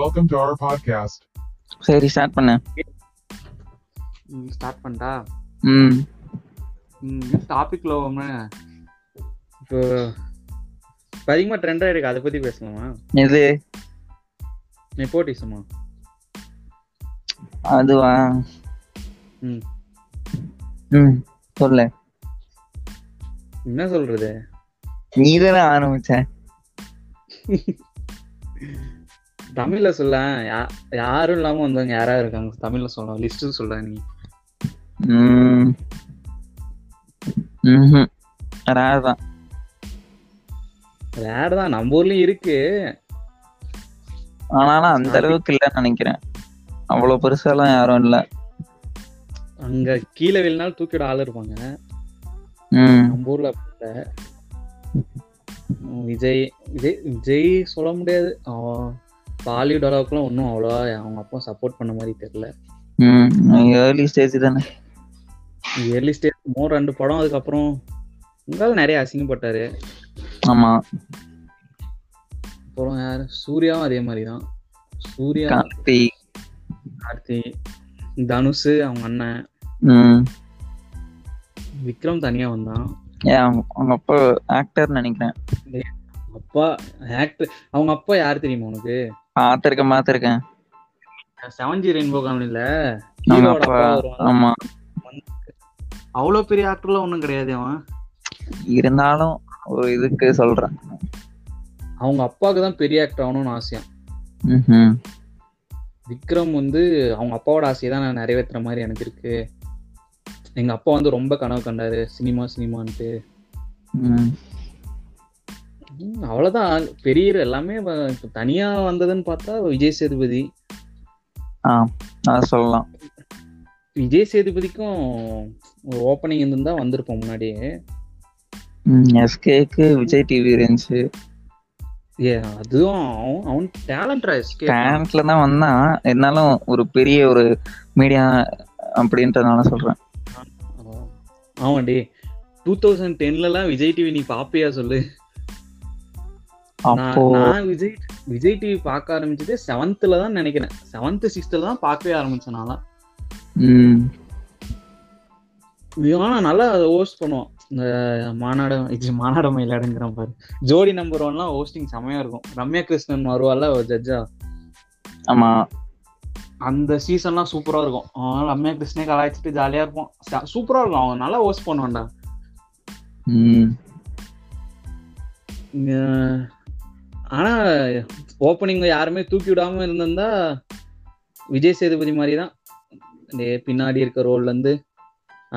Welcome to our podcast. சரி start பண்ணு start பண்ணிட்டா ம் டாபிக்ல இப்போ இப்போ அதிகமாக ட்ரெண்டாக இருக்கு அதை பற்றி பேசலாமா எது நெப்போட்டிசமா அதுவா ம் ம் சொல்லு என்ன சொல்றது நீ தானே ஆரம்பிச்ச தமிழ்ல சொல்ல யா- யாரும் இல்லாம வந்தவங்க யாரா இருக்காங்க தமிழ்ல சொல்ல லிஸ்ட் சொல்ல நீ ம் ம் ரேர் தான் ரேர் தான் நம்ம ஊர்லயும் இருக்கு ஆனாலும் அந்த அளவுக்கு இல்லைன்னு நினைக்கிறேன் அவ்வளோ பெருசாலாம் யாரும் இல்லை அங்க கீழே வெளினாலும் தூக்கிட ஆள் இருப்பாங்க ம் நம்ம ஊர்ல அப்படி இல்ல. உம் விஜய் விஜய் விஜய் சொல்ல முடியாது அவன் பாலிவுட் அளவுக்குலாம் ஒன்றும் அவ்வளோவா அவங்க அப்பா சப்போர்ட் பண்ண மாதிரி தெரியல ம் ஏர்லி ஸ்டேஜ் தானே இயர்லி ஸ்டேஜ் மோர் ரெண்டு படம் அதுக்கப்புறம் உங்களால நிறைய அசிங்கப்பட்டாரு ஆமாம் அப்புறம் யார் சூர்யாவும் அதே மாதிரி தான் சூர்யா கார்த்தி கார்த்தி தனுஷ் அவங்க அண்ணன் ம் விக்ரம் தனியா வந்தான் ஏன் அவங்க- அவங்க அப்பா ஆக்டர் நினைக்கிறேன் அப்பா ஆக்டர் அவங்க அப்பா யார் தெரியுமா உனக்கு பார்த்துருக்கேன் பார்த்துருக்கேன் செவன் ஜி ரெயின்போ காலனில அவங்க அப்பா ஆமாம் அவ்வளவு பெரிய ஆக்டர்லாம் ஒண்ணும் கிடையாது அவன் இருந்தாலும் ஒரு இதுக்கு சொல்கிறேன் அவங்க அப்பாவுக்கு தான் பெரிய ஆக்டர் ஆகணும்னு ஆசையா ம் விக்ரம் வந்து அவங்க அப்பாவோட ஆசையை தான் நான் நிறைவேற்றுற மாதிரி எனக்கு இருக்கு எங்க அப்பா வந்து ரொம்ப கனவு கண்டாரு சினிமா சினிமான்ட்டு ம் ம், அவ்வளவுதான் பெரிய எல்லாமே வ- இப்ப தனியா வந்ததுன்னு பார்த்தா விஜய் சேதுபதி ஆ அதை சொல்லலாம் விஜய் சேதுபதிக்கும் ஒரு ஓப்பனிங் இருந்திருந்தா வந்திருப்போம் முன்னாடியே எஸ்கேக்கு விஜய் டிவி இருந்துச்சு ஏ அதுவும் அவன் அவன் டேலண்டா எஸ்கே பேண்ட்ல தான் வந்தான் இருந்தாலும் ஒரு பெரிய ஒரு மீடியா அப்படின்றதுனால சொல்றேன் ஆமாண்டி டூ தௌசண்ட் டென்லலாம் விஜய் டிவி நீ பாப்பியா சொல்லு நான் அப்போ நான் விஜய் விஜய் டிவி பார்க்க ஆரம்பிச்சது செவன்த்ல தான் நினைக்கிறேன் செவன்த் சிக்ஸ்த்ல தான் பார்க்கவே ஆரம்பிச்சேன் நான்லாம். ம் ஆனா நல்லா ஹோஸ்ட் பண்ணுவோம் இந்த மாநாட இது மாநாட மயிலாடுங்கிறான் பாரு ஜோடி நம்பர் ஒன்லாம் ஹோஸ்டிங் செமையா இருக்கும் ரம்யா கிருஷ்ணன் வருவாள்ல ஜட்ஜா ஆமா அந்த சீசன்லாம் சூப்பரா இருக்கும் அவன் ரம்யா கிருஷ்ணே கலாய்ச்சிட்டு ஜாலியா இருப்போம் ச- சூப்பரா இருக்கும் அவன் நல்லா ஹோஸ்ட் பண்ணுவான்டா ம் அஹ் ஆனா ஓப்பனிங் யாருமே தூக்கி விடாம இருந்திருந்தா விஜய் சேதுபதி மாதிரி தான் அப்படியே பின்னாடி இருக்க ரோல்ல இருந்து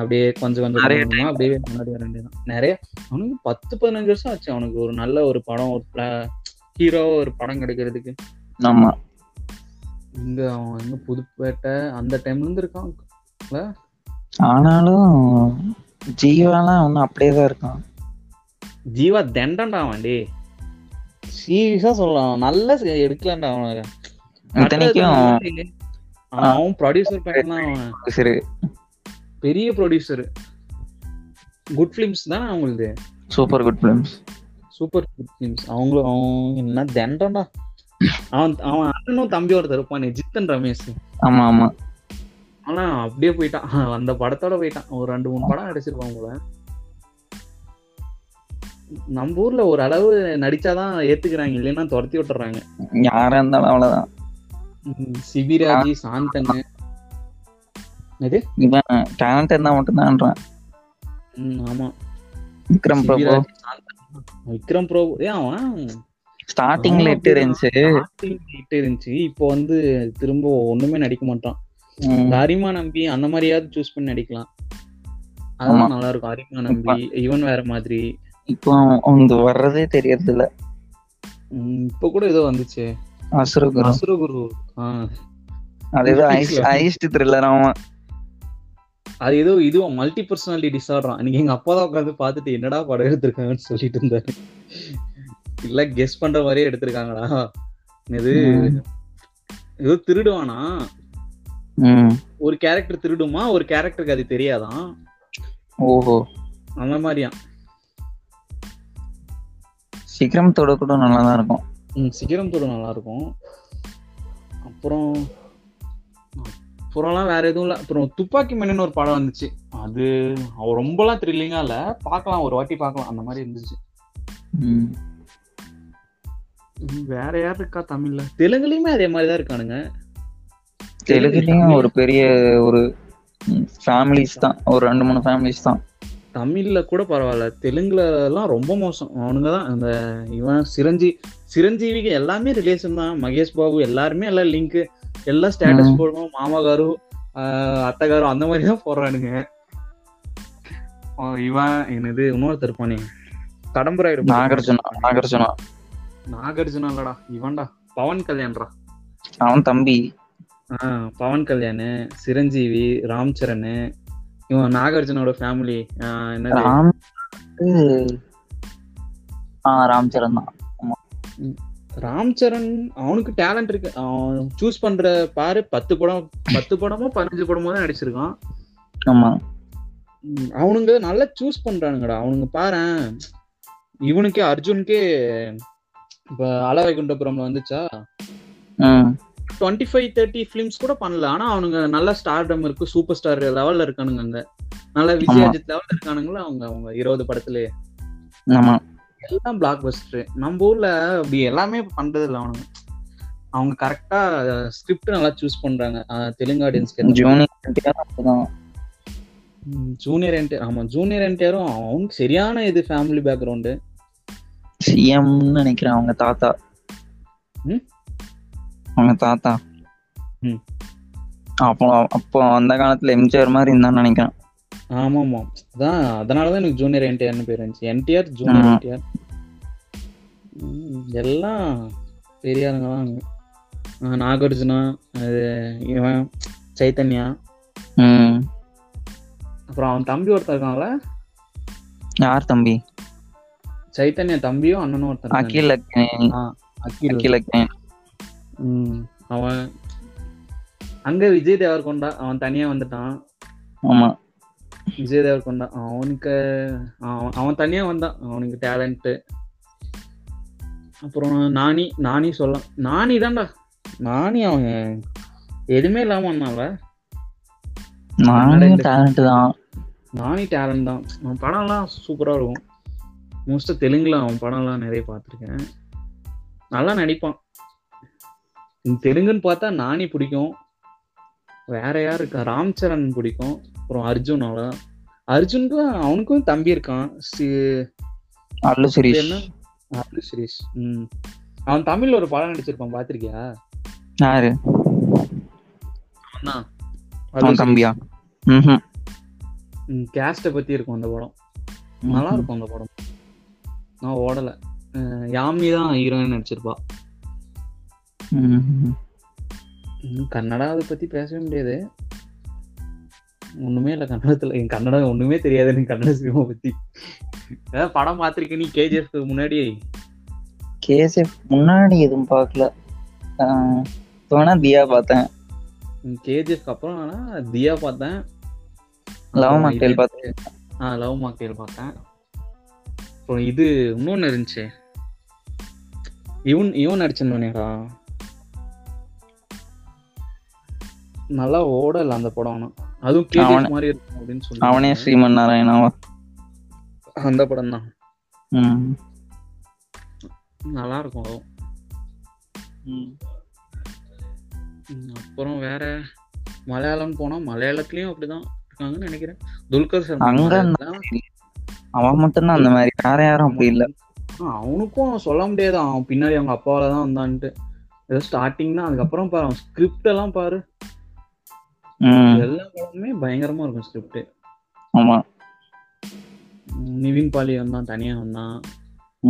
அப்படியே கொஞ்சம் கொஞ்சம் நிறைய கொஞ்சமா அப்படியே முன்னாடி வர வேண்டியதான் நிறைய அவனுக்கு பத்து பதினஞ்சு வருஷம் ஆச்சு அவனுக்கு ஒரு நல்ல ஒரு படம் ஒரு ஹீரோ ஒரு படம் கிடைக்கிறதுக்கு ஆமா இங்க அவன் இங்க புதுப்பேட்டை அந்த டைம்ல இருந்து இருக்கான் ஆனாலும் ஜீவாலாம் ஒன்றும் அப்படியே தான் இருக்கான் ஜீவா தண்டன்டா அவன்டி சீரியஸா சொல்லலாம் நல்லா செ- எடுக்கலாம்டா அவன் இத்தனைக்கும் அவன் ப்ரொடியூசர் பையன் தான் அவன் சரி பெரிய ப்ரொடியூசர் குட் ஃபிலிம்ஸ் தானே அவங்களுது super good films super good films அவங்களும் அவன் என்ன தண்டம்டா அவன் அவன் அண்ணனும் தம்பி ஒருத்தர் இருப்பானே ஜித்தன் ரமேஷ் ஆமா ஆமா ஆனா அப்படியே போயிட்டான் அந்த படத்தோட போயிட்டான் ஒரு ரெண்டு மூணு படம் நடிச்சிருப்பான் போல நம்ம ஊர்ல ஒரு அளவு நடிச்சாதான் ஏத்துக்கிறாங்க இல்லைன்னா துரத்தி விட்டுறாங்க யாரா இருந்தாலும் அவ்வளவுதான் சிபிராஜி சாந்தன் இவன் டேலண்ட் இருந்தா மட்டும்தான்றான் ம், ஆமா விக்ரம் பிரபு சிபிராஜி, சாந்தன். விக்ரம் பிரபு ஏன் அவன் ஸ்டார்டிங்ல எட்டு இருந்துச்சு acting hit இருந்துச்சு இப்போ வந்து திரும்ப ஒண்ணுமே நடிக்க மாட்டான் ம். இந்த அரிமா நம்பி அந்த மாதிரியாவது சூஸ் பண்ணி நடிக்கலாம் அதெல்லாம் ஆமா. நல்லா இருக்கும் அரிமா நம்பி இவன் வேற மாதிரி இப்போ அவனுக்கு வர்றதே தெரியறது இல்ல உம், இப்ப கூட ஏதோ வந்துச்சு அசுரகுரம் அசுரகுரு ஆஹ், அது ஏதோ ஐஸ் ஐஸ்ட் த்ரில்லர் அவன் அது ஏதோ இதுவும் மல்டி பர்சனாலிட்டி டிசார்டரா நீங்க எங்க அப்பா தான் உட்காந்து பார்த்துட்டு என்னடா படம் எடுத்திருக்காங்கன்னு சொல்லிட்டு இருந்தாரு இல்ல கெஸ் பண்ற மாதிரியே எடுத்திருக்காங்கடா இது ம். ஏதோ திருடுவானா ம். ஒரு கேரக்டர் திருடுமா ஒரு கேரக்டருக்கு அது தெரியாதான் ஓஹோ அந்த மாதிரியா சிக்ரம் தொட கூட நல்லா தான் இருக்கும் ம் சிகரம் தொடு நல்லா இருக்கும் அப்புறம் அப்புறம்லாம் வேற எதுவும் இல்லை அப்புறம் துப்பாக்கி மன்னன் ஒரு படம் வந்துச்சு அது அவ ரொம்பலாம் த்ரில்லிங்கா இல்ல பார்க்கலாம் ஒரு வாட்டி பார்க்கலாம் அந்த மாதிரி இருந்துச்சு ம். ம், வேற யார் இருக்கா தமிழ்ல தெலுங்குலயுமே அதே மாதிரி தான் இருக்கானுங்க தெலுங்குலயும் ஒரு பெரிய ஒரு ஃபேமிலிஸ் தான் ஒரு ரெண்டு மூணு ஃபேமிலிஸ் தான் தமிழ்ல கூட பரவாயில்ல தெலுங்குல எல்லாம் ரொம்ப மோசம் அவனுங்க தான் அந்த இவன் சிரஞ்சி சிரஞ்சீவிக்கு எல்லாமே ரிலேஷன் தான் மகேஷ் பாபு எல்லாருமே எல்லாம் லிங்க் எல்லாம் ஸ்டேட்டஸ் ம். போடுவோம் மாமாகாரு அத்தகாரும் அந்த மாதிரி தான் போடுறானுங்க ஆ, இவன் என்னது இன்னொருத்தர் இருப்பானே கடம்புராயிடு நாகார்ஜுனா நாகார்ஜுனா நாகார்ஜுனா இல்லடா இவன்டா பவன் கல்யாண்ரா அவன் தம்பி ஆ, பவன் கல்யாண் சிரஞ்சீவி ராம் சரண் இவன் நாகார்ஜுனோட ஃபேமிலி என்னது ராம் ஆ ராம் சரண் தான் ராம் சரண் அவனுக்கு டேலண்ட் இருக்கு அவன் சூஸ் பண்ற பாரு பத்து படம் பத்து படமோ பதினஞ்சு படமோ தான் நடிச்சிருக்கான் ஆமா உம் அவனுங்க நல்லா சூஸ் பண்றானுங்கடா அவனுங்க பாரேன் இவனுக்கே அர்ஜுனுக்கே இப்ப அலவைகுண்டபுரம்ல வந்துச்சா ம் டுவெண்ட்டி ஃபைவ் தேர்ட்டி ஃபிலிம்ஸ் கூட பண்ணல ஆனா அவனுங்க நல்ல ஸ்டார்டம் இருக்கு சூப்பர் ஸ்டார் லெவல்ல இருக்கானுங்க அங்க நல்ல ஆமா. விஜயாஜித் லெவல்ல இருக்கானுங்களா அவங்க அவங்க இருபது படத்துலயே ஆமா எல்லாம் பிளாக் பஸ்டர் நம்ம ஊர்ல அப்படி எல்லாமே பண்றது இல்ல அவனுங்க அவங்க கரெக்டா ஸ்கிரிப்ட் நல்லா சூஸ் பண்றாங்க அஹ் தெலுங்கு ஆடியன்ஸ்க்கு ஜூனியர் ஜூனியர் என்டிஆர் ஆமா ஜூனியர் என்டிஆரும் அவங்க சரியான இது ஃபேமிலி பேக்ரவுண்டு சிஎம்னு நினைக்கிறேன் அவங்க தாத்தா ம்? அவங்க தாத்தா ம். அப்போ அப்போ அந்த காலத்துல எம்ஜிஆர் மாதிரி இருந்தான்னு நினைக்கிறேன் ஆமா ஆமா அதான் அதனாலதான் எனக்கு ஜூனியர் என்டிஆர்னு பேர் இருந்துச்சு என்டிஆர் ஜூனியர் ஆமா. என்டிஆர் எல்லாம் பெரியாருங்க தான் அவங்க. அஹ் நாகார்ஜுனா அது இவன் சைத்தன்யா ம் அப்புறம் அவன் தம்பி ஒருத்தன் இருக்காங்களா யார் தம்பி சைத்தன்யா தம்பியும் அண்ணனும் ஒருத்தன் இருக்காங்க. அகில் அக்னே- ஆ, அகில் அகில் அக்னே. ம், அவன் அங்க விஜய் தேவர்கொண்டா அவன் தனியா வந்துட்டான் ஆமா விஜய் தேவர்கொண்டா அவனுக்கு அவன் அவன் தனியா வந்தான் அவனுக்கு டேலண்ட் அப்புறம் நானி நானி சொல்லலாம் நானி தான்டா நானி அவன் எதுவுமே இல்லாம வந்தான்ல நானும் டேலண்ட் தான் நானி டேலண்ட் தான் அவன் படம்லாம் சூப்பரா இருக்கும் மோஸ்டா தெலுங்குல அவன் படம்லாம் நிறைய பார்த்துருக்கேன் நல்லா நடிப்பான் தெலுங்குன்னு பார்த்தா நானி பிடிக்கும் வேற யார் இருக்கா ராம் சரண் பிடிக்கும் அப்புறம் அர்ஜுன் அவ்வளோதான் அர்ஜுனுக்கும் அவனுக்கும் தம்பி இருக்கான் சி- அல்லு இது சுரேஷ் என்ன ஆறு சீரிஸ் ம் அவன் தமிழ்ல ஒரு படம் நடிச்சிருப்பான் பாத்திருக்கியா யாரு அண்ணா அவன் தம்பியா ம் கேஸ்ட பத்தி இருக்கும் அந்த படம் நல்லா இருக்கும் அந்த படம் நான் ஓடல அஹ் யாமினி தான் ஹீரோயின் நடிச்சிருப்பா இன்னும் கன்னடா அதை பத்தி பேசவே முடியாது ஒண்ணுமே இல்ல கன்னடத்துல என் கன்னடா ஒண்ணுமே தெரியாது எனக்கு கன்னட சினிமா பத்தி ஏதாவது படம் பாத்திருக்க நீ கேஜிஎஃப்க்கு முன்னாடி கேசப் முன்னாடி எதுவும் பார்க்கல ஆஹ், இப்ப வேணா தியா பார்த்தேன் கேஜிஎஃப்க்கு அப்புறம் ஆனா தியா பார்த்தேன் லவ் அப்புறம் மக்கள் இது- பார்த்தேன் ஆ லவ் மாக்டேல் பார்த்தேன் அப்புறம் இது இன்னொன்று இருந்துச்சு இவன் இவன் நடிச்சிருந்தானேடா நல்லா ஓடல அந்த படம் ஆனா அதுவும் கேஜிஎஃப் அவனே- மாதிரி இருக்கும் அப்படின்னு சொல்லி அவனே ஸ்ரீமன் நாராயணாவா அந்த படம் தான் ம் நல்லா இருக்கும் அதுவும் ம் ம், அப்புறம் வேற மலையாளம்னு போனா மலையாளத்துலயும் அப்படிதான் இருக்காங்கன்னு நினைக்கிறேன் துல்கர் சல்மான் அங்க மலையாளத்துல- அவன் மட்டும்தான் அந்த மாதிரி வேற யாரும் அப்படி இல்ல ஆ, அவனுக்கும் சொல்ல முடியாது அவன் பின்னாடி அவங்க அப்பாவால தான் வந்தான்ட்டு ஏதோ ஸ்டார்டிங் தான் அதுக்கப்புறம் பாரு அவன் ஸ்கிரிப்ட் எல்லாம் பாரு ம் எல்லா படமுமே பயங்கரமா இருக்கும் ஸ்கிரிப்ட் ஆமா நிவின் பாலி வந்தான் தனியா வந்தான்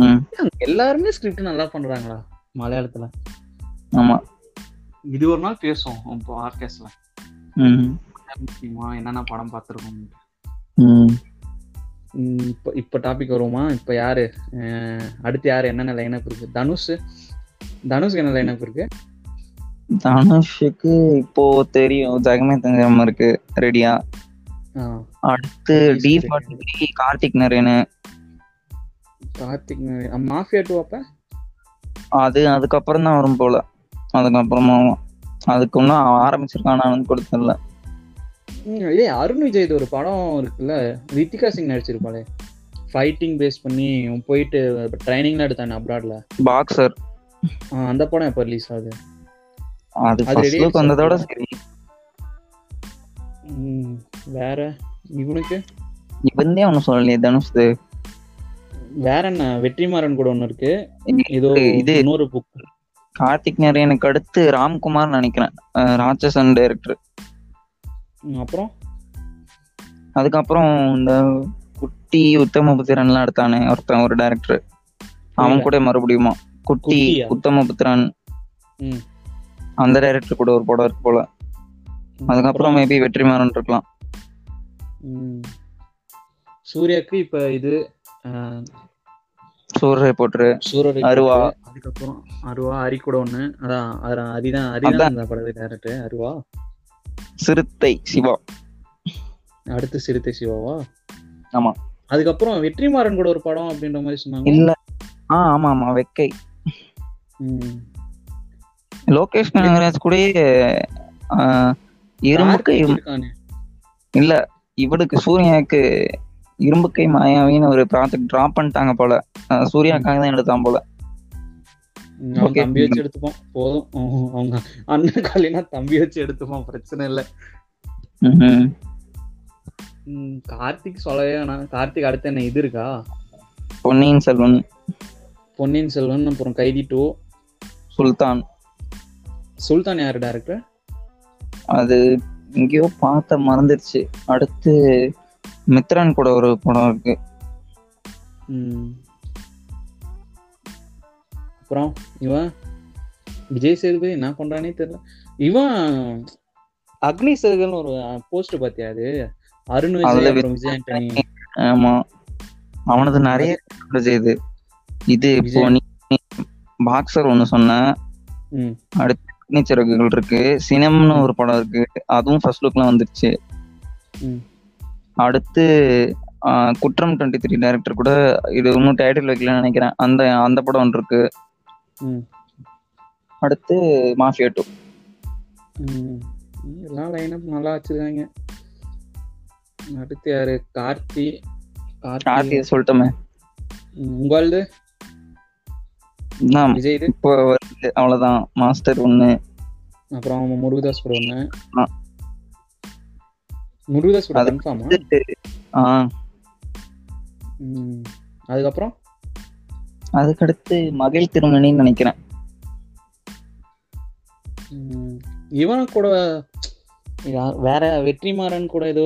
ம் எல்லாருமே ஸ்கிரிப்ட் நல்லா பண்றாங்களா மலையாளத்துல ஆமா இது ஒரு நாள் பேசுவோம் இப்போ ஆர்கேஸ்ல ம் முக்கியமா என்னென்ன படம் பார்த்துருக்கோம் ம் இப்போ இப்போ டாபிக் வருவோமா இப்போ யாரு அஹ், அடுத்து யாரு என்னென்ன லைனப் இருக்கு தனுஷ் தனுஷ்க்கு என்ன லைனப் இருக்கு தனுஷுக்கு இப்போ தெரியும் ஜெகமே தந்திரம் இருக்கு ரெடியா ஆ, அடுத்து டி ஃபார்ட்டி கார்த்திக் நரேனு கார்த்திக் மாஃபியா டூ அப்ப அது அதுக்கப்புறம் தான் வரும் போல அதுக்கப்புறமா அதுக்கு ஒன்றும் அவன் ஆரம்பிச்சிருக்கானான்னு கொடுத்தல ம், இதே அருண் விஜய்து ஒரு படம் இருக்குல்ல ரித்திகா சிங் நடிச்சிருப்பாளே ஃபைட்டிங் பேஸ் பண்ணி அவன் போயிட்டு ட்ரைனிங்லாம் எடுத்தானே அப்ராட்ல பாக்ஸர் அந்த படம் எப்போ ரிலீஸ் ஆகுது அது அது ஃபர்ஸ்ட் release லுக் வந்ததோட சரி ம், வேற இவனுக்கு இவந்தே ஒன்றும் சொல்லலையே தனுஷ் இது. வேற என்ன வெற்றிமாறன் கூட ஒண்ணு இருக்கு ஏதோ இது இன்னொரு புக் கார்த்திக் நரேனுக்கு அடுத்து ராம்குமார் நினைக்கிறேன் அஹ் ராட்சசன் டைரக்டர் அப்புறம் அதுக்கப்புறம் இந்த குட்டி உத்தமபுத்திரன்லாம் எடுத்தானே ஒருத்தன் ஒரு டைரக்டர் அவன் கூட மறுபடியுமா குட்டி குட்டியா? உத்தமபுத்திரன் ம். அந்த டைரக்டர் கூட ஒரு படம் இருக்கு போல அதுக்கப்புறம் மேபி வெற்றிமாறன் இருக்கலாம் ம். சூர்யாக்கு இப்ப இது அஹ், சூரிய போட்டுரு சூரரை அருவா. போட்டு, அதுக்கப்புறம் அருவா அரி கூட ஒண்ணு அதான் அதான் அரிதான் அரிதான் அதான். அந்த படத்து டேரக்டர் அருவா சிறுத்தை சிவா அடுத்து சிறுத்தை சிவாவா ஆமா. அதுக்கப்புறம் வெற்றிமாறன் கூட ஒரு படம் அப்படின்ற மாதிரி சொன்னாங்க இல்ல ஆ ஆமா ஆமா வெக்கை ம். லோகேஷ் கனகராஜ் கூட இரும்புக்கு கார்த்திக் இருக்கானே இல்ல இவனுக்கு சூர்யாவுக்கு இரும்புக்கை மாயாவின்னு ஒரு ப்ராஜெக்ட் டிராப் பண்ணிட்டாங்க போல அஹ் சூர்யாக்காக தான் எடுத்தான் போல ம், அவன் Okay. தம்பி வச்சு எடுத்துப்போம் போதும் அவங்க- அவங்க அண்ணன் காலினா தம்பி வச்சு எடுத்துப்போம் பிரச்சனை இல்ல ம்ஹும். ம், கார்த்திக் சொல்லவே வேணாம் கார்த்திக் அடுத்து என்ன இது இருக்கா பொன்னியின் செல்வன் பொன்னியின் செல்வன் அப்புறம் கைதி டூ சுல்தான் சுல்தான் யார் டேரக்டர் அது எங்கேயோ பார்த்த மறந்துருச்சு அடுத்து மித்ரன் கூட ஒரு படம் இருக்கு அப்புறம் இவன் விஜய் சேதுபதி என்ன பண்றானே தெரியல இவன் அக்னி சர்கல்னு ஒரு போஸ்ட் பாத்தியா அது அருண் விஜய் அதுல அப்புறம் விஜய் ஆண்டனி ஆமா அவனது நிறைய record செய்யுது இது இப்போ விஜய். நீ பாக்ஸர் ஒன்னு சொன்ன ம். அடுத்து சிறகுகள் இருக்கு சினம்னு ஒரு படம் இருக்கு அதுவும் ஃபர்ஸ்ட் லுக்லாம் வந்துருச்சு ம். அடுத்து ஆ, குற்றம் டுவெண்ட்டி த்ரீ டைரக்டர் கூட இது இன்னும் டைட்டில் வைக்கலன்னு நினைக்கிறேன் அந்த அந்த படம் ஒன்று இருக்கு ம். அடுத்து மாஃபியா டூ ம். எல்லாம் லைனப் நல்லா வச்சிருக்காங்க அடுத்து யாரு கார்த்தி கார்த்தி கார்த்தியை சொல்லிட்டோமே உங்களது நான் விஜய் இது இப்போ வருது அவ்வளோதான் மாஸ்டர் ஒன்று அப்புறம் அவன் முருகதாஸ் கூட ஒண்ணு ஆ. முருகதாஸ் கூட அது- கன்ஃபார்மா ஆ அதுக்கப்புறம் அதுக்கடுத்து மகிழ் திருமணின்னு நினைக்கிறேன் ம், இவன் கூட யார் வேற வெற்றிமாறன் கூட ஏதோ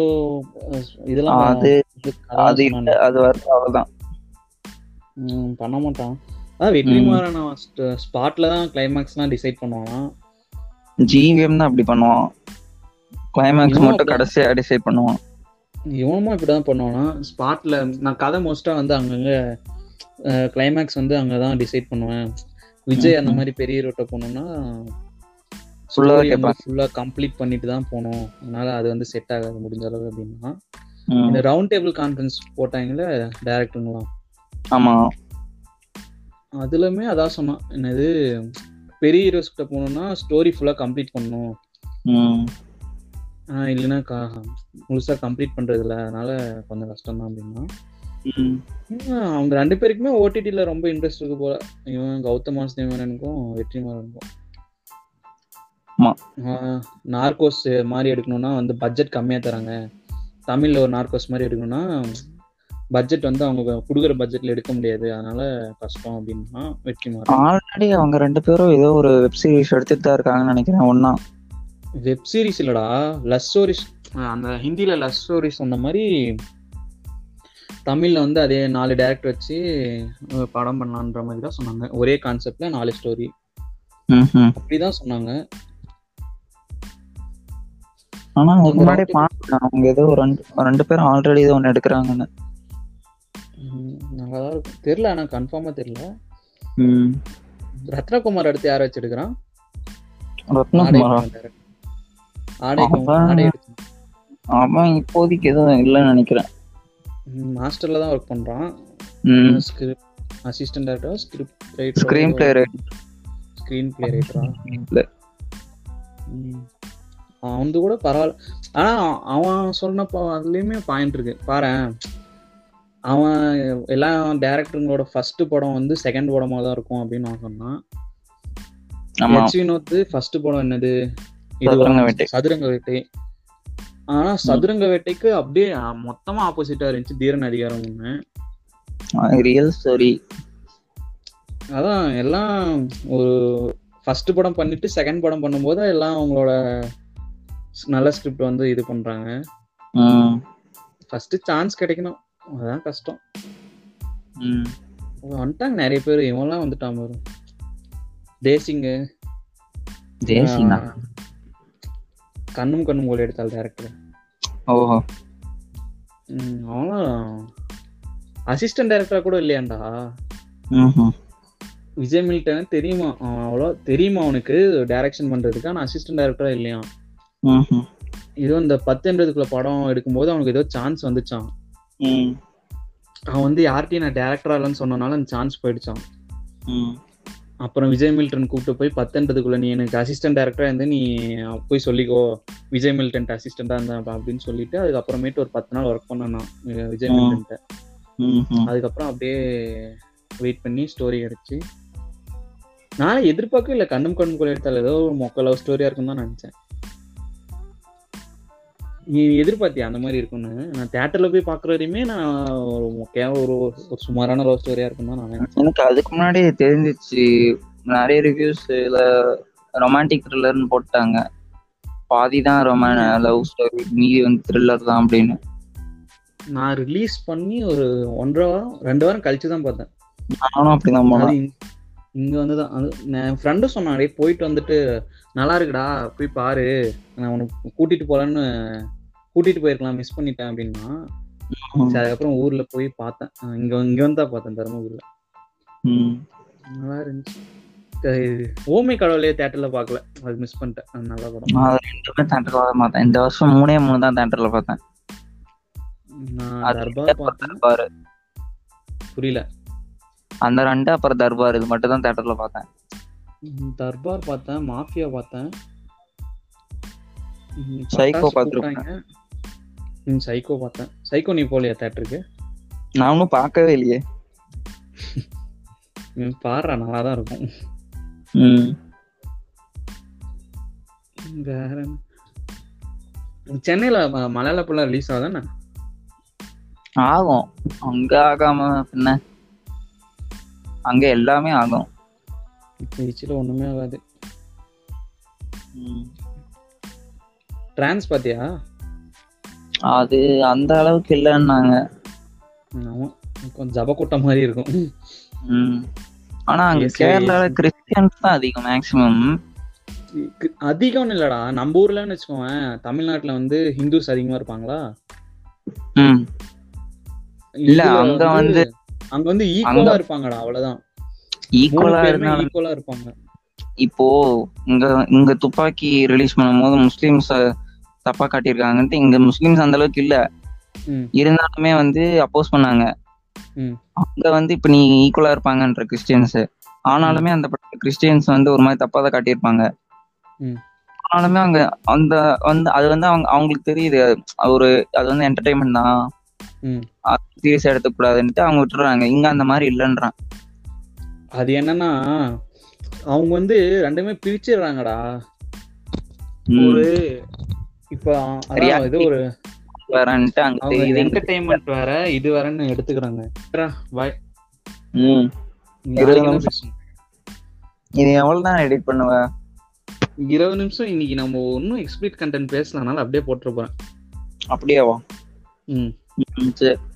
அஹ், இதெல்லாம் அது இது- அதெல்லாம் அது சொன்னானே. இல்ல அது வருது அவ்வளவுதான் ம், பண்ண மாட்டான் அதான் வெற்றிமாறன் ஸ்பாட்ல தான் கிளைமேக்ஸ்லாம் டிசைட் பண்ணுவான் ஜிவிஎம் தான் அப்படி பண்ணுவான் கிளைமேக்ஸ் இவனும் மட்டும் அப்படி- கடைசியா டிசைட் பண்ணுவான் இவனுமா இப்படிதான் பண்ணுவானா ஸ்பாட்ல நான் கதை மோஸ்டா வந்து அங்கங்க கிளைமேக்ஸ் வந்து அங்கதான் டிசைட் பண்ணுவேன் விஜய் அந்த ம்ஹும். மாதிரி பெரிய ரோட்டை போனோம்னா ஃபுல்லாக கேட்பான் ஃபுல்லா கம்ப்ளீட் பண்ணிட்டு தான் போனோம் அதனால அது வந்து செட் ஆகாது முடிஞ்ச அளவு அப்படின்னா இந்த ரவுண்ட் டேபிள் கான்ஃபரன்ஸ் போட்டாங்கல்ல டேரக்டருங்களாம் ஆமா அதுலமே அதான் சொன்னான் என்னது பெரிய ஹீரோஸ் கிட்ட போனோம்னா ஸ்டோரி ஃபுல்லா கம்ப்ளீட் பண்ணணும் ம். ஆஹ் இல்லைன்னா கா- முழுசா கம்ப்ளீட் பண்றது இல்ல அதனால கொஞ்சம் கஷ்டம் தான் அப்படின்னா ம். ஆஹ் அவங்க ரெண்டு பேருக்குமே ஓடிடில ரொம்ப இன்ட்ரெஸ்ட் இருக்கு போல இவன் கௌதம் வாசுதேவனுக்கும் வெற்றிமாறனுக்கும் ஆமா. ஆஹ் நார்கோஸ் மாதிரி எடுக்கணும்னா வந்து பட்ஜெட் கம்மியா தராங்க தமிழ்ல ஒரு நார்கோஸ் மாதிரி எடுக்கணும்னா பட்ஜெட் வந்து அவங்க கொடுக்குற பட்ஜெட்ல எடுக்க முடியாது அதனால கஷ்டம் அப்படின்னா வெற்றிமாறன் ஆல்ரெடி அவங்க ரெண்டு பேரும் ஏதோ ஒரு வெப் சீரிஸ் எடுத்துட்டு தான் இருக்காங்கன்னு நினைக்கிறேன் ஒன்னா வெப் சீரிஸ் இல்லடா லவ் ஸ்டோரிஸ் அந்த ஹிந்தில லவ் ஸ்டோரிஸ் சொன்ன மாதிரி தமிழ்ல வந்து அதே நாலு டேரக்டர் வச்சு அஹ், படம் பண்ணலான்ற மாதிரி தான் சொன்னாங்க ஒரே கான்செப்ட்ல நாலு ஸ்டோரி அப்படிதான் சொன்னாங்க ஆனா அதுக்கு அவங்க முன்னாடி ரெண்டு- பாத்துட்டேன் அவங்க ஏதோ ஒரு ரெண்டு ரெண்டு பேரும் ஆல்ரெடி ஏதோ ஒன்னு எடுக்கிறாங்கன்னு உம், நல்லாதான் இருக்கும் தெரியல ஆனா கன்ஃபார்மா தெரியல ம். ரத்னகுமார் அடுத்து யாரை வச்சு எடுக்கிறான் ரத்னகுமாரா ஆடை அவன் ஆடை அவன் இப்போதைக்கு எதுவும் இல்லைன்னு நினைக்கிறேன் மாஸ்டர்ல தான் ஒர்க் பண்றான் ம். Script assistant director script screenplay screenplay ரைட்டரா இல்ல. ம். அவன் வந்து கூட பரவாயில்ல ஆனா அவன் சொன்ன ப- அதுலயுமே பாயிண்ட் இருக்கு பாரேன் அவன் எல்லா டேரக்டருங்களோட ஃபர்ஸ்ட் படம் வந்து செகண்ட் படமா தான் இருக்கும் அப்படின்னு அவன் சொன்னான் ஆமா எச் வினோத் ஃபர்ஸ்ட் படம் என்னது சதுரங்க இதுவா? வேட்டை. சதுரங்க வேட்டை ஆனா சதுரங்க வேட்டைக்கு அப்படியே அஹ், மொத்தமா ஆப்போசிட்டா இருந்துச்சு தீரன் அதிகாரம் ஒண்ணு ரியல் ஸ்டோரி அதான் எல்லாம் ஒரு ஃபர்ஸ்ட் படம் பண்ணிட்டு செகண்ட் படம் பண்ணும்போது எல்லாம் அவங்களோட நல்ல ஸ்கிரிப்ட் வந்து இது பண்றாங்க ம் ஃபர்ஸ்ட் சான்ஸ் கிடைக்கணும் அதான் கஷ்டம் ம் வந்துட்டாங்க நிறைய பேர் இவன்லாம் வந்துட்டான் பாரு தேசிங்கு தேசிங்கா ஆஹ், கண்ணும் கண்ணும் கோல் எடுத்தாள் டேரக்டர் ஓஹோ அவன்லாம் அசிஸ்டன்ட் டேரக்டரா கூட இல்லையாண்டா ம்ஹும். விஜய் மில்டன் தெரியுமா அவன் அவ்வளோ தெரியுமா அவனுக்கு டைரக்ஷன் பண்றதுக்கு ஆனால் அசிஸ்டன்ட் டேரக்டரா இல்லையா ம்ஹும். ஏதோ இந்த பத்து எண்பதுக்குள்ள படம் எடுக்கும்போது அவனுக்கு ஏதோ சான்ஸ் வந்துச்சான் ம் அவன் வந்து யார்கிட்டயும் நான் டேரக்டரா இல்லைன்னு சொன்னனால அந்த சான்ஸ் போயிடுச்சான் ம் அப்புறம் விஜய் மில்டன் கூப்பிட்டு போய் பத்தெண்டதுக்குள்ள நீ எனக்கு அசிஸ்டன்ட் டேரக்டரா இருந்து நீ போய் சொல்லிக்கோ விஜய் மில்டன் அசிஸ்டண்டா இருந்தாப்பா அப்படின்னு சொல்லிட்டு அதுக்கப்புறமேட்டு ஒரு பத்து நாள் ஒர்க் பண்ணனான் அஹ் விஜய் ஆ. மில்டன் ம்ஹும். அதுக்கப்புறம் அப்படியே வெயிட் பண்ணி ஸ்டோரி அடிச்சு நான் எதிர்பார்க்கவே இல்லை கண்ணும் கண்ணும் கொள்ள எடுத்தால ஏதோ ஒரு மொக்க லவ் ஸ்டோரியா இருக்கும் தான் நினைச்சேன் நீ எதிர்பார்த்தியா அந்த மாதிரி இருக்கும்னு நான் தியேட்டர்ல போய் பாக்குற வரையுமே நான் ஒரு மொக்கையா ஒரு ஒரு சுமாரான லவ் ஸ்டோரியா இருக்கும் தான் நான் நினைச்சேன் எனக்கு அதுக்கு முன்னாடி தெரிஞ்சிச்சு நிறைய ரிவ்யூஸ்ல ரொமான்டிக் த்ரில்லர்னு போட்டாங்க பாதி தான் ரொமான லவ் ஸ்டோரி மீதி வந்து த்ரில்லர் தான் அப்படின்னு நான் ரிலீஸ் பண்ணி ஒரு ஒன்றரை வாரம் ரெண்டு வாரம் கழிச்சு தான் பார்த்தேன் நானும் அப்படிதான் அது போனேன் இங்க- இங்க வந்து தான் அது நான் என் ஃப்ரெண்டும் சொன்னான் "டேய், போயிட்டு வந்துட்டு நல்லா இருக்குடா போய் பாரு நான் உனக்கு கூட்டிட்டு போகலான்னு கூட்டிட்டு போயிருக்கலாம் மிஸ் பண்ணிட்டேன் அப்படின்னா ம். சரி அதுக்கப்புறம் ஊர்ல போய் பார்த்தேன் அஹ் இங்க இங்க வந்தா பார்த்தேன் தருமபுரியில ம். நல்லா இருந்துச்சு க- இது ஓமை கடவுளே தேட்டர்ல பார்க்கல அது மிஸ் பண்ணிட்டேன் அது நல்ல படம் நான் அது ரெண்டுமே தேட்டர்ல தான் பார்த்தேன் இந்த வருஷம் மூணே மூணு தான் தேட்டர்ல பார்த்தேன் நான் அது தர்பார் ரெண்டு அப்புறம் பார்த்தேன் தர்பார் புரியல அந்த ரெண்டு அப்புறம் தர்பார் இது மட்டும் தான் தேட்டர்ல பார்த்தேன் ம், தர்பார் பார்த்தேன் மாஃபியா பார்த்தேன் ம், சைக்கோ பட்டாசு பார்த்திருப்பேன். கூப்பிட்டாங்க. ம் சைக்கோ பார்த்தேன் சைக்கோ நீ போகலையா தேட்டருக்கு நான் ஒன்றும் பார்க்கவே இல்லையே ம், பாடுறா நல்லா தான் இருக்கும் ம். வேற என்ன? சென்னையில ம- மலையாள படம் ரிலீஸ் ஆகுதானே ஆகும் அங்க ஆகாம பின்ன அங்க எல்லாமே ஆகும் திருச்சியில ஒண்ணுமே ஆகாது ம். டிரான்ஸ் பாத்தியா அது அந்த அளவுக்கு இல்லைன்னாங்க ம், ஆமா கொஞ்சம் ஜப கூட்டம் மாதிரி இருக்கும் ம். ஆனா அங்க Yes, கேரளால yes. கிறிஸ்டியன்ஸ் தான் அதிகம் மேக்சிமம் கு- அதிகம்னு இல்லடா நம்ம ஊர்லன்னு வச்சுக்கோவேன் தமிழ்நாட்டுல வந்து ஹிந்துஸ் அதிகமா இருப்பாங்களா இல்ல, இதுல அங்க வந்து- அங்க வந்து ஈக்குவலா இருப்பாங்கடா அவ்வளவுதான் மூணு ஈக்குவலா பேருமே இருந்தாலும் ஈக்குவலா இருப்பாங்க இப்போ இங்க இங்க துப்பாக்கி ரிலீஸ் பண்ணும்போது முஸ்லிம்ஸ் தப்பா காட்டியிருக்காங்கன்ட்டு இங்க முஸ்லிம்ஸ் அந்த அளவுக்கு இல்ல ம். இருந்தாலுமே வந்து அப்போஸ் பண்ணாங்க ம். அங்க வந்து இப்ப நீ ஈக்குவலா இருப்பாங்கன்ற கிறிஸ்டியன்ஸ் ஆனாலுமே அந்த படத்துல கிறிஸ்டியன்ஸ் வந்து ஒரு மாதிரி தப்பா தான் காட்டியிருப்பாங்க ம். ஆனாலுமே அவங்க அந்த வந்து அது வந்து அவங்க அவங்களுக்கு தெரியுது அது ஒரு அது வந்து என்டர்டைன்மெண்ட் தான் ம். சீரியஸ் எடுத்துக்கூடாதுன்ட்டு அவங்க விட்டுறாங்க இங்க அந்த மாதிரி இல்லைன்றான் அது என்னன்னா அவங்க வந்து ரெண்டுமே பிரிச்சிடுறாங்கடா ஒரு இப்ப அதான் இது ஒரு வேறன்ட்டு அங்க அவங்க தெரியுது என்டர்டைன்மெண்ட் வேற இது வேறன்னு எடுத்துக்கிறாங்க அப்புறா, bye. ம். இருபது நாளைக்கு தான் நிமிஷம். பேசுவோம். இது எவ்வளவு தான் எடிட் பண்ணுவ இருபது நிமிஷம் இன்னைக்கு நம்ம ஒன்னும் எக்ஸ்பிளிட் கண்டென்ட் பேசலனால அப்படியே போட்டுற போறேன் அப்படியாவா ம் ம், சரி